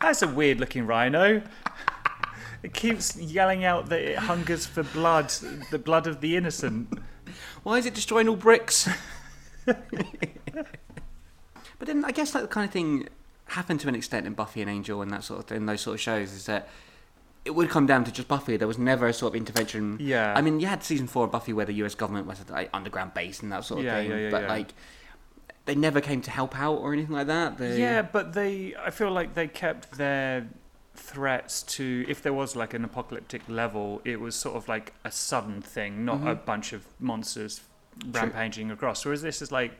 Speaker 2: That's a weird looking rhino. It keeps yelling out that it hungers for blood, the blood of the innocent.
Speaker 1: Why is it destroying all bricks? but then I guess that kind of thing happened to an extent in Buffy and Angel and that sort of thing, those sort of shows is that it would come down to just Buffy. There was never a sort of intervention.
Speaker 2: Yeah.
Speaker 1: I mean, you had season four of Buffy where the U.S. government was like underground base and that sort of
Speaker 2: Yeah,
Speaker 1: thing.
Speaker 2: yeah, yeah,
Speaker 1: but
Speaker 2: yeah.
Speaker 1: like, they never came to help out or anything like that. They,
Speaker 2: Yeah, but they. I feel like they kept their threats to if there was like an apocalyptic level, it was sort of like a sudden thing,
Speaker 1: Mm-hmm.
Speaker 2: not a bunch of monsters rampaging across. Whereas this is like.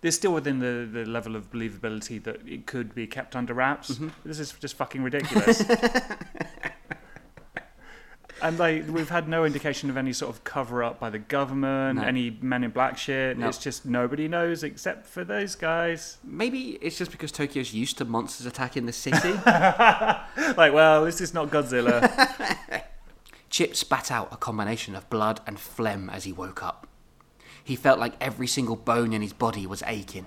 Speaker 2: They're still within the, the level of believability that it could be kept under wraps.
Speaker 1: Mm-hmm.
Speaker 2: This is just fucking ridiculous. and like we've had no indication of any sort of cover up by the government,
Speaker 1: No.
Speaker 2: any men in black shit.
Speaker 1: No.
Speaker 2: It's just nobody knows except for those guys.
Speaker 1: Maybe it's just because Tokyo's used to monsters attacking the city.
Speaker 2: like, well, this is not Godzilla.
Speaker 1: Chip spat out a combination of blood and phlegm as he woke up. He felt like every single bone in his body was aching.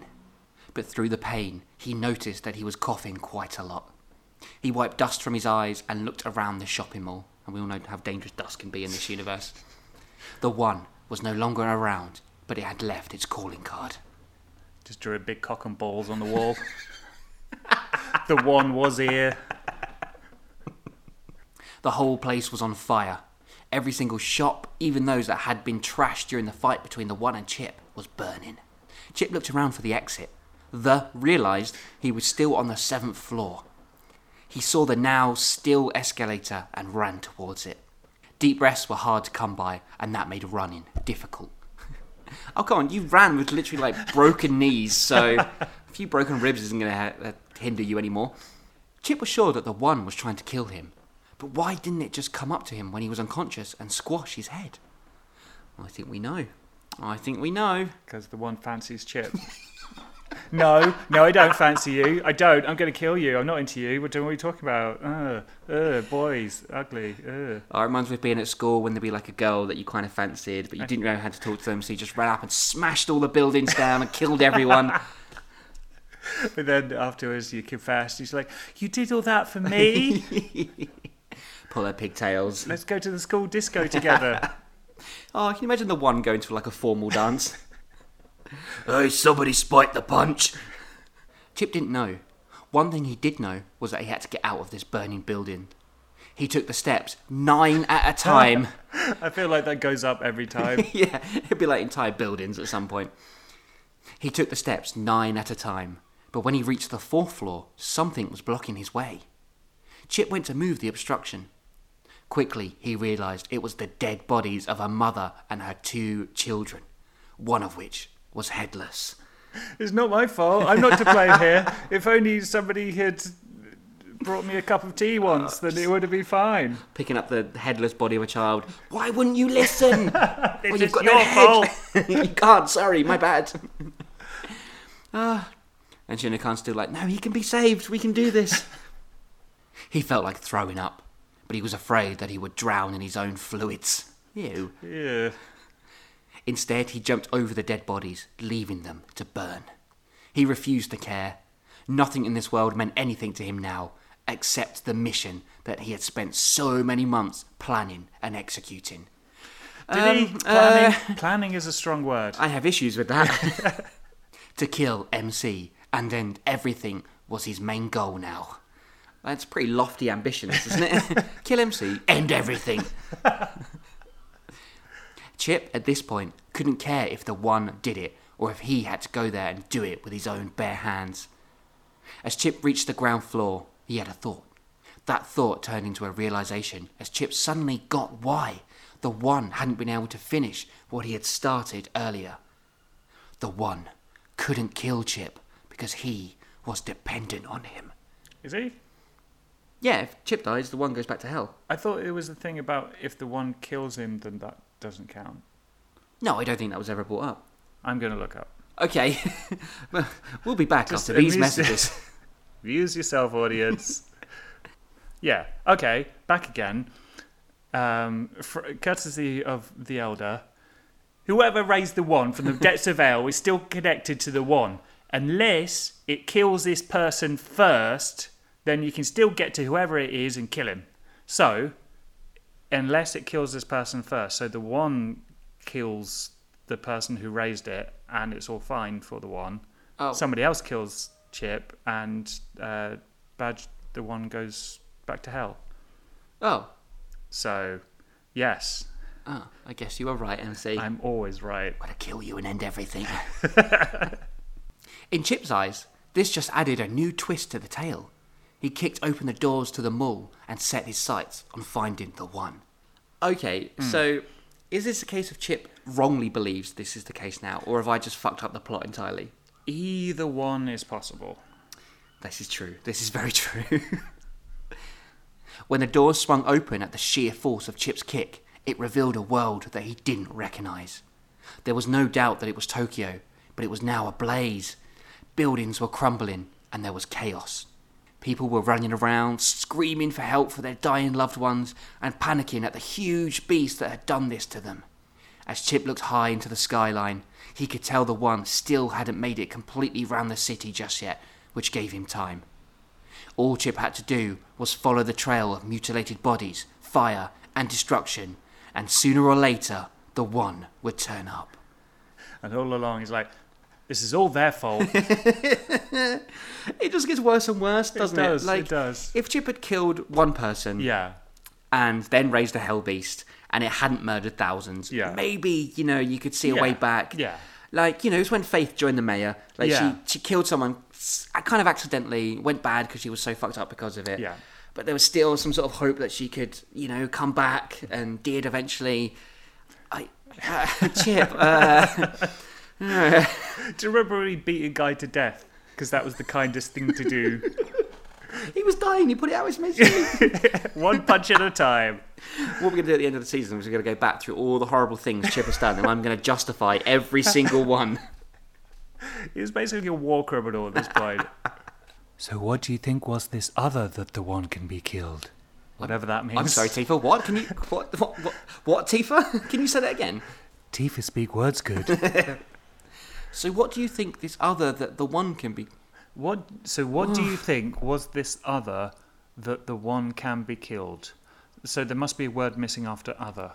Speaker 1: But through the pain, he noticed that he was coughing quite a lot. He wiped dust from his eyes and looked around the shopping mall, and we all know how dangerous dust can be in this universe. The one was no longer around, but it had left its calling card.
Speaker 2: Just drew a big cock and balls on the wall. the one was here.
Speaker 1: The whole place was on fire. Every single shop, even those that had been trashed during the fight between the one and Chip, was burning. Chip looked around for the exit. The realised he was still on the seventh floor. He saw the now still escalator and ran towards it. Deep breaths were hard to come by, and that made running difficult. oh, come on, you ran with literally like broken knees, so a few broken ribs isn't going to ha- hinder you anymore. Chip was sure that the one was trying to kill him, but why didn't it just come up to him when he was unconscious and squash his head? I think we know. I think we know.
Speaker 2: Because the one fancies Chip. no, no, I don't fancy you. I don't. I'm going to kill you. I'm not into you. What, what are you talking about? Ugh, ugh, boys, ugly. uh. Ugh.
Speaker 1: Oh, it reminds me of being at school when there'd be like a girl that you kind of fancied, but you didn't know how to talk to them, so you just ran up and smashed all the buildings down and killed everyone.
Speaker 2: But then afterwards, you confess. He's like, "You did all that for me.
Speaker 1: Pull her pigtails.
Speaker 2: Let's go to the school disco together."
Speaker 1: Oh, can you imagine the one going to like a formal dance? oh, somebody spiked the punch. Chip didn't know. One thing he did know was that he had to get out of this burning building. He took the steps nine at a time.
Speaker 2: I feel like that goes up every time.
Speaker 1: yeah, it'd be like entire buildings at some point. He took the steps nine at a time, but when he reached the fourth floor, something was blocking his way. Chip went to move the obstruction. Quickly, he realised it was the dead bodies of her mother and her two children, one of which was headless.
Speaker 2: It's not my fault. I'm not to blame here. If only somebody had brought me a cup of tea once, then it would have been fine.
Speaker 1: Picking up the headless body of a child, why wouldn't you listen?
Speaker 2: It's
Speaker 1: Well,
Speaker 2: just
Speaker 1: no
Speaker 2: your
Speaker 1: head.
Speaker 2: fault.
Speaker 1: you can't. Sorry, my bad. Ah, and Shinnikan's still like, no, he can be saved. We can do this. he felt like throwing up, but he was afraid that he would drown in his own fluids. Ew.
Speaker 2: Yeah.
Speaker 1: Instead, he jumped over the dead bodies, leaving them to burn. He refused to care. Nothing in this world meant anything to him now, except the mission that he had spent so many months planning and executing.
Speaker 2: Did he?
Speaker 1: Um,
Speaker 2: Planning, planning is a strong word.
Speaker 1: I have issues with that. to kill MC and end everything was his main goal now. That's pretty lofty ambitions, isn't it? kill MC, end everything. Chip, at this point, couldn't care if the one did it or if he had to go there and do it with his own bare hands. As Chip reached the ground floor, he had a thought. That thought turned into a realization as Chip suddenly got why the one hadn't been able to finish what he had started earlier. The one couldn't kill Chip because he was dependent on him.
Speaker 2: Is he?
Speaker 1: Yeah, if Chip dies, the one goes back to hell.
Speaker 2: I thought it was the thing about if the one kills him, then that doesn't count.
Speaker 1: No, I don't think that was ever brought up.
Speaker 2: I'm going to look up.
Speaker 1: Okay, Well, we'll be back
Speaker 2: Just
Speaker 1: after these
Speaker 2: amuse-
Speaker 1: messages.
Speaker 2: Views yourself, audience. yeah. Okay. Back again. Um, fr- courtesy of the elder, whoever raised the one from the depths of hell is still connected to the one, unless it kills this person first. Then you can still get to whoever it is and kill him. So, unless it kills this person first, so the one kills the person who raised it, and it's all fine for the one
Speaker 1: Oh.
Speaker 2: somebody else kills Chip, and uh, Badge the one goes back to hell.
Speaker 1: oh,
Speaker 2: So, yes,
Speaker 1: Ah, I guess you were right, MC.
Speaker 2: I'm always right.
Speaker 1: I'm gonna kill you and end everything. In Chip's eyes, this just added a new twist to the tale. He kicked open the doors to the mall and set his sights on finding the one. Hmm. Okay, so is this a case of Chip wrongly believes this is the case now, or have I just fucked up the plot entirely?
Speaker 2: Either one is possible.
Speaker 1: This is true. This is very true. when the door swung open at the sheer force of Chip's kick, it revealed a world that he didn't recognize. There was no doubt that it was Tokyo, but it was now ablaze. Buildings were crumbling, and there was chaos. People were running around, screaming for help for their dying loved ones, and panicking at the huge beast that had done this to them. As Chip looked high into the skyline, he could tell the one still hadn't made it completely round the city just yet, which gave him time. All Chip had to do was follow the trail of mutilated bodies, fire, and destruction, and sooner or later, the one would turn up.
Speaker 2: And all along, he's like, this is all their fault.
Speaker 1: It just gets worse and worse, doesn't it?
Speaker 2: does, it
Speaker 1: Like,
Speaker 2: does.
Speaker 1: If Chip had killed one person,
Speaker 2: yeah.
Speaker 1: and then raised a hell beast and it hadn't murdered thousands
Speaker 2: Yeah.
Speaker 1: maybe you know you could see a
Speaker 2: Yeah.
Speaker 1: way back
Speaker 2: Yeah.
Speaker 1: like you know it's when faith joined the mayor like
Speaker 2: Yeah.
Speaker 1: she, she killed someone s- kind of accidentally went bad because she was so fucked up because of it
Speaker 2: Yeah.
Speaker 1: but there was still some sort of hope that she could you know come back and did eventually I, Chip, uh,
Speaker 2: Do you remember when he beat a guy to death? Because that was the kindest thing to do.
Speaker 1: he was dying. He put it out his misery.
Speaker 2: One punch at a time.
Speaker 1: what we're going to do at the end of the season is we're going to go back through all the horrible things Chip has done, and I'm going to justify every single one.
Speaker 2: He was basically a war criminal at this point.
Speaker 4: So, what do you think was this other that the one can be killed?
Speaker 2: Whatever that means.
Speaker 1: I'm sorry, Tifa. What can you? What? What? What? what Tifa? Can you say that again?
Speaker 4: Tifa speak words good.
Speaker 1: So, what do you think this other that the one can be?
Speaker 2: What? So, what do you think was this other that the one can be killed? So there must be a word missing after other,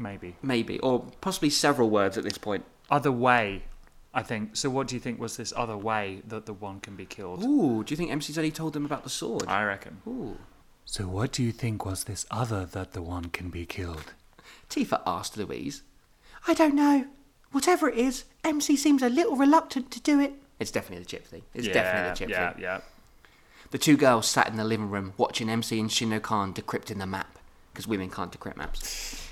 Speaker 2: maybe
Speaker 1: Maybe, or possibly several words at this point.
Speaker 2: other way. I think. So, what do you think was this other way that the one can be killed?
Speaker 1: Ooh, do you think MC Zeddy told them about the sword?
Speaker 2: I reckon.
Speaker 1: Ooh,
Speaker 4: so, what do you think was this other that the one can be killed?
Speaker 1: Tifa asked Louise. I don't know. Whatever it is, MC seems a little reluctant to do it. It's definitely the chip thing. It's definitely the chip
Speaker 2: yeah,
Speaker 1: thing.
Speaker 2: yeah.
Speaker 1: The two girls sat in the living room watching MC and Shinno Khan decrypting the map, because women can't decrypt maps.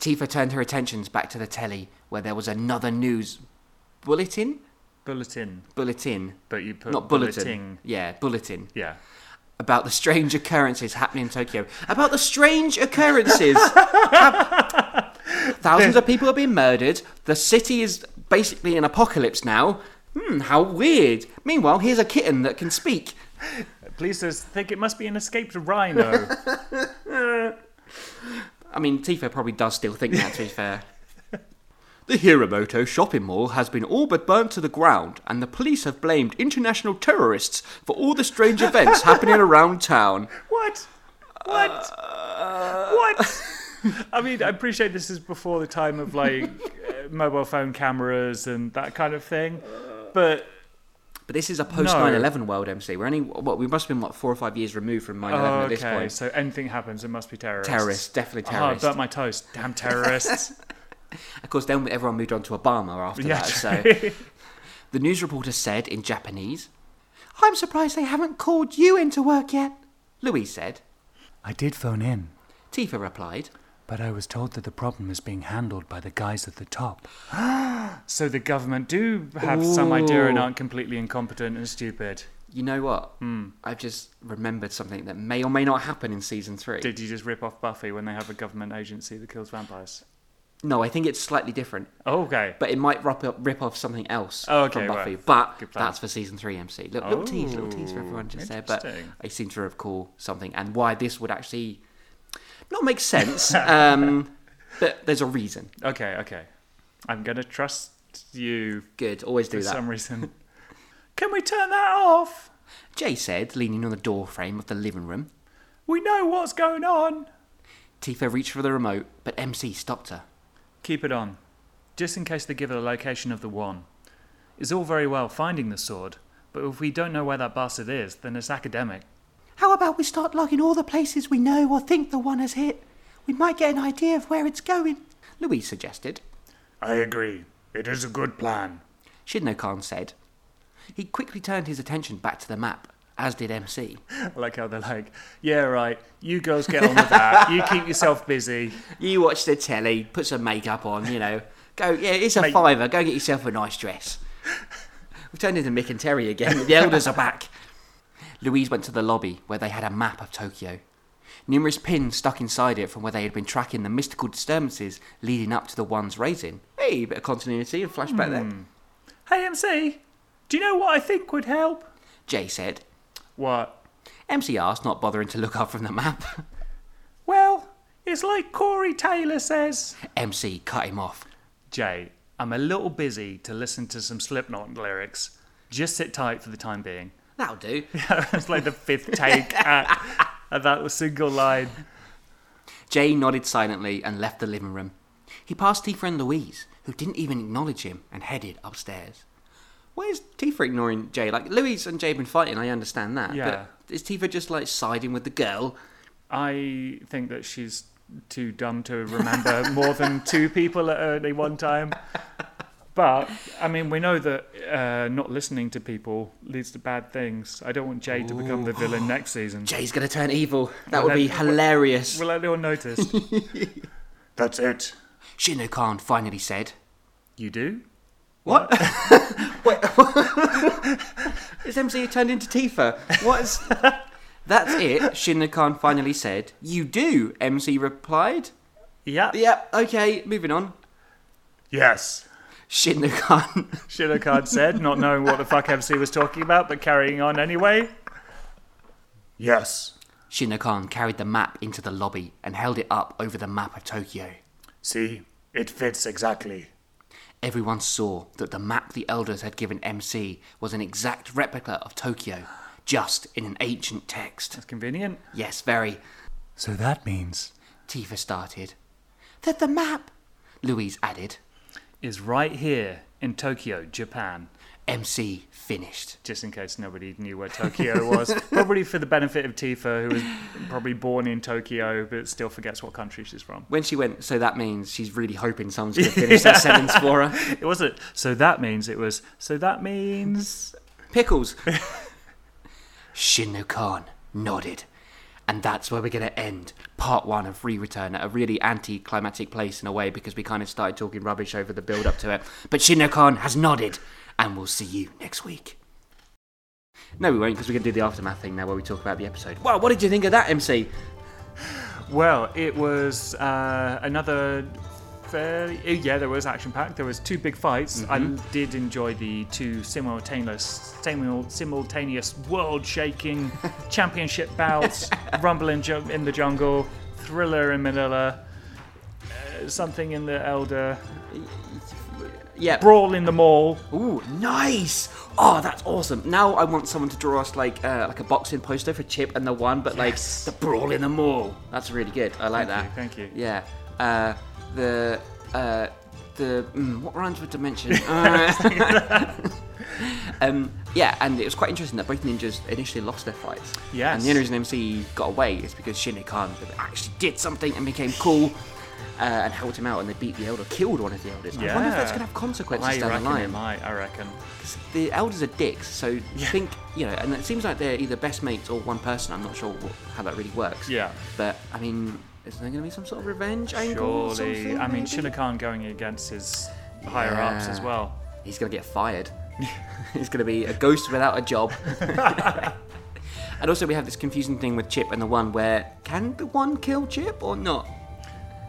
Speaker 1: Tifa turned her attentions back to the telly, where there was another news bulletin?
Speaker 2: Bulletin,
Speaker 1: Bulletin.
Speaker 2: but you put
Speaker 1: Not bulletin.
Speaker 2: bulleting.
Speaker 1: Yeah, bulletin.
Speaker 2: Yeah.
Speaker 1: About the strange occurrences happening in Tokyo. About the strange occurrences! Hap- Thousands of people are being murdered. The city is basically an apocalypse now. Hmm, how weird. Meanwhile, here's a kitten that can speak.
Speaker 2: Police says- think it must be an escaped rhino.
Speaker 1: I mean, Tifa probably does still think that, to be fair. The Hiramoto shopping mall has been all but burnt to the ground, and the police have blamed international terrorists for all the strange events happening around town.
Speaker 2: What? What?
Speaker 1: Uh,
Speaker 2: what? I mean, I appreciate this is before the time of like uh, mobile phone cameras and that kind of thing, but
Speaker 1: But this is a post
Speaker 2: No.
Speaker 1: 9 11 world, MC. We're only, what, we must have been, what, four or five years removed from 9 11 at this
Speaker 2: okay.
Speaker 1: point.
Speaker 2: So anything happens, it must be terrorists.
Speaker 1: Terrorists, definitely
Speaker 2: Oh, I
Speaker 1: terrorists.
Speaker 2: burnt my toast. Damn terrorists.
Speaker 1: Of course, then everyone moved on to Obama after
Speaker 2: Yeah,
Speaker 1: that. So the news reporter said in Japanese, I'm surprised they haven't called you into work yet, Louise said.
Speaker 4: I did phone in,
Speaker 1: Tifa replied,
Speaker 4: but I was told that the problem is being handled by the guys at the top.
Speaker 2: so the government do have some idea and
Speaker 1: Ooh.
Speaker 2: aren't completely incompetent and stupid.
Speaker 1: You know what?
Speaker 2: Hmm.
Speaker 1: I've just remembered something that may or may not happen in season three.
Speaker 2: Did you just rip off Buffy when they have a government agency that kills vampires?
Speaker 1: no, I think it's slightly different,
Speaker 2: Okay.
Speaker 1: but it might rip, up, rip off something else
Speaker 2: Oh, okay,
Speaker 1: from Buffy.
Speaker 2: right. Good
Speaker 1: But
Speaker 2: plan.
Speaker 1: that's for season three, MC. Look, little tease, little tease for everyone just there. But
Speaker 2: interesting.
Speaker 1: I seem to recall something and why this would actually not make sense. um, but there's a reason.
Speaker 2: Okay. Okay. I'm gonna trust you
Speaker 1: Good, always do
Speaker 2: for
Speaker 1: that.
Speaker 2: some reason. Can we turn that off?
Speaker 1: Jay said, leaning on the door frame of the living room.
Speaker 2: We know what's going on.
Speaker 1: Tifa reached for the remote, but MC stopped her.
Speaker 2: Keep it on, just in case they give the location of the one. It's all very well finding the sword, but if we don't know where that bastard is, then it's academic.
Speaker 1: How about we start logging all the places we know or think the one has hit? We might get an idea of where it's going, Louise suggested.
Speaker 3: I agree. It is a good plan.
Speaker 1: Shinno Khan said. He quickly turned his attention back to the map, as did MC.
Speaker 2: I like how they're like, yeah, right, you girls get on with that. you keep yourself busy.
Speaker 1: You watch the telly, put some makeup on, you know. Go, yeah, it's a
Speaker 2: Mate-
Speaker 1: fiver. Go get yourself a nice dress. We've turned into Mick and Terry again. The elders are back. Louise went to the lobby where they had a map of Tokyo. Numerous pins stuck inside it from where they had been tracking the mystical disturbances leading up to the ones raising. Hey, bit of continuity and flashback there.
Speaker 2: Hey, MC, do you know what I think would help?
Speaker 1: Jay said.
Speaker 2: What?
Speaker 1: MC asked, not bothering to look up from the map.
Speaker 2: Well, it's like Corey Taylor says.
Speaker 1: MC cut him off.
Speaker 2: Jay, I'm a little busy to listen to some Slipknot lyrics. Just sit tight for the time being.
Speaker 1: That'll do.
Speaker 2: That's like the fifth take at, at that single line.
Speaker 1: Jay nodded silently and left the living room. He passed Tifa and Louise, who didn't even acknowledge him, and headed upstairs. Why is Tifa ignoring Jay? Like, Louise and Jay have been fighting, I understand that.
Speaker 2: Yeah.
Speaker 1: But is Tifa just, like, siding with the girl?
Speaker 2: I think that she's too dumb to remember more than two people at only one time. But I mean, we know that uh, not listening to people leads to bad things. I don't want Jay to become the villain next season.
Speaker 1: Jay's gonna turn evil. That would
Speaker 2: Well,
Speaker 1: be
Speaker 2: then-
Speaker 1: hilarious.
Speaker 2: Will anyone notice?
Speaker 3: That's it.
Speaker 1: Shinno Khan finally said,
Speaker 2: you do?
Speaker 1: What? Wait, is MCU turned into Tifa? What is. That's it, Shinno Khan finally said. You do, MC replied.
Speaker 2: Yeah.
Speaker 1: Yep, okay, moving on.
Speaker 3: Yes.
Speaker 1: Shinno Khan
Speaker 2: Shinokan said, not knowing what the fuck MC was talking about, but carrying on anyway.
Speaker 3: Yes.
Speaker 1: Shinnokan carried the map into the lobby and held it up over the map of Tokyo.
Speaker 3: See, it fits exactly.
Speaker 1: Everyone saw that the map the elders had given MC was an exact replica of Tokyo, just in an ancient text.
Speaker 2: That's convenient.
Speaker 1: Yes, very.
Speaker 4: So that means
Speaker 1: Tifa started. That the map, Louise added.
Speaker 2: Is right here in Tokyo, Japan.
Speaker 1: MC finished.
Speaker 2: just in case nobody knew where Tokyo was. probably for the benefit of Tifa, who was probably born in Tokyo but still forgets what country she's from.
Speaker 1: When she went, so that means she's really hoping someone's going to finish that sentence for her.
Speaker 2: It wasn't. So that means it was. So that means.
Speaker 1: Pickles. Shinnokan nodded. And that's where we're going to end part one of Free Return at a really anti-climatic place in a way because we kind of started talking rubbish over the build-up to it. But Shinnokan has nodded, and we'll see you next week. No, we won't because we're going to do the aftermath thing now where we talk about the episode. Wow, what did you think of that, MC?
Speaker 2: Well, it was uh, another. Fairly, uh, yeah, there was action packed. There was two big fights. I did enjoy the two simultaneous, simul- simultaneous world-shaking championship bouts. Rumble in, ju- in the jungle, Thriller in Manila, uh, something in the Elder.
Speaker 1: Yeah.
Speaker 2: brawl in the mall.
Speaker 1: Ooh, nice! Oh, that's awesome. Now I want someone to draw us like uh, like a boxing poster for Chip and the One, but
Speaker 2: Yes.
Speaker 1: like the brawl in the mall. That's really good. I like
Speaker 2: Thank
Speaker 1: that.
Speaker 2: you, thank you.
Speaker 1: Yeah. Uh, the uh, the mm, what rhymes with dimension? Uh, um, yeah, and it was quite interesting that both ninjas initially lost their fights.
Speaker 2: Yes.
Speaker 1: And the only reason MC got away is because Shinny Khan actually did something and became cool. Uh, and held him out, and they beat the elder, killed one of the elders. I wonder if that's
Speaker 2: Yeah.
Speaker 1: going to have consequences
Speaker 2: I
Speaker 1: down
Speaker 2: reckon
Speaker 1: the line
Speaker 2: it might, I reckon.
Speaker 1: the elders are dicks, so think, you know, and it seems like they're either best mates or one person. I'm not sure what, how that really works.
Speaker 2: Yeah.
Speaker 1: But, I mean, is there going to be some sort of revenge angle? or
Speaker 2: Surely.
Speaker 1: something,
Speaker 2: I mean,
Speaker 1: maybe?
Speaker 2: Shinnokan going against his higher ups as
Speaker 1: Yeah.
Speaker 2: well.
Speaker 1: He's going to get fired. He's going to be a ghost without a job. and also, we have this confusing thing with Chip and the one where can the one kill Chip or not?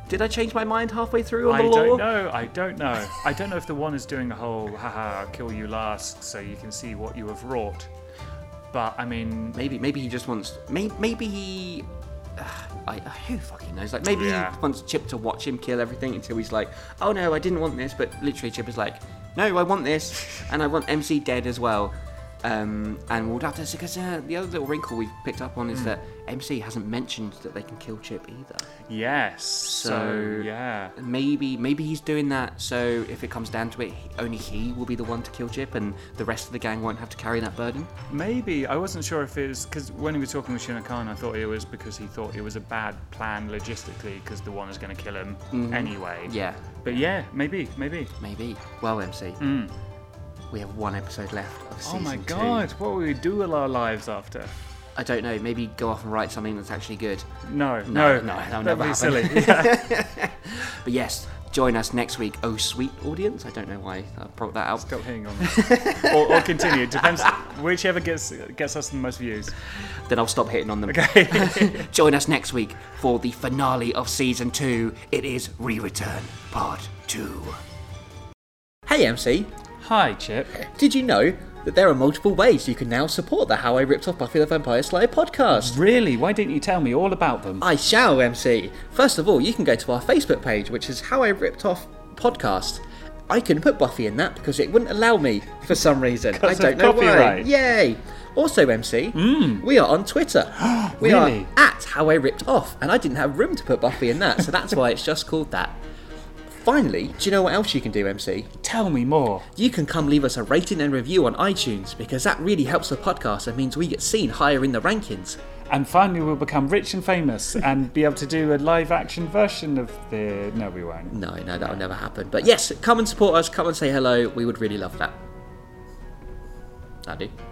Speaker 1: Did I change my mind halfway through on
Speaker 2: I
Speaker 1: the law?
Speaker 2: don't know. I don't know. I don't know if the one is doing a whole haha, I'll kill you last so you can see what you have wrought. But I mean,
Speaker 1: Maybe, maybe he just wants. Maybe, maybe he. I, who fucking knows? Like, maybe
Speaker 2: Yeah.
Speaker 1: he wants Chip to watch him kill everything until he's like, "Oh no, I didn't want this," but literally Chip is like, "No, I want this, and I want MC dead as well." Um, and we'll have to, because uh, the other little wrinkle we've picked up on is that MC hasn't mentioned that they can kill Chip either.
Speaker 2: Yes. So,
Speaker 1: So-
Speaker 2: yeah.
Speaker 1: Maybe, maybe he's doing that so if it comes down to it, he- only he will be the one to kill Chip, and the rest of the gang won't have to carry that burden.
Speaker 2: Maybe I wasn't sure if it was because when he was talking with Shinokan, I thought it was because he thought it was a bad plan logistically because the one is going to kill him anyway.
Speaker 1: Mm-hmm. Yeah,
Speaker 2: But yeah, maybe, maybe.
Speaker 1: maybe. Well, MC, we have one episode left of season
Speaker 2: Hmm. oh my
Speaker 1: two.
Speaker 2: god, what will we do with our lives after?
Speaker 1: I don't know. Maybe go off and write something that's actually good.
Speaker 2: No,
Speaker 1: No,
Speaker 2: no,
Speaker 1: no, that'll
Speaker 2: that'd
Speaker 1: never
Speaker 2: be
Speaker 1: happen.
Speaker 2: silly. Yeah.
Speaker 1: But yes, join us next week. Oh, sweet audience. I don't know why I brought that out.
Speaker 2: Stop hitting on me. or, or continue. Depends whichever gets gets us the most views.
Speaker 1: Then I'll stop hitting on them. join us next week for the finale of season two. It is Re Return Part 2. Hey, MC.
Speaker 2: Hi, Chip.
Speaker 1: Did you know that there are multiple ways you can now support the How I Ripped Off Buffy the Vampire Slayer podcast?
Speaker 2: Really? Why didn't you tell me all about them?
Speaker 1: I shall, MC. First of all, you can go to our Facebook page, which is How I Ripped Off Podcast. I couldn't put Buffy in that because it wouldn't allow me for some reason. I
Speaker 2: of
Speaker 1: don't know why.
Speaker 2: copyright. Hmm.
Speaker 1: Yay! Also, MC, we are on Twitter. we
Speaker 2: Really?
Speaker 1: are at How I Ripped Off, and I didn't have room to put Buffy in that, so that's why it's just called that. Finally, do you know what else you can do, MC?
Speaker 2: Tell me more.
Speaker 1: you can come leave us a rating and review on iTunes because that really helps the podcast and means we get seen higher in the rankings.
Speaker 2: And finally, we'll become rich and famous and be able to do a live action version of the. No, we won't.
Speaker 1: No, no, that'll never happen. But yes, come and support us, come and say hello. We would really love that. That'll do.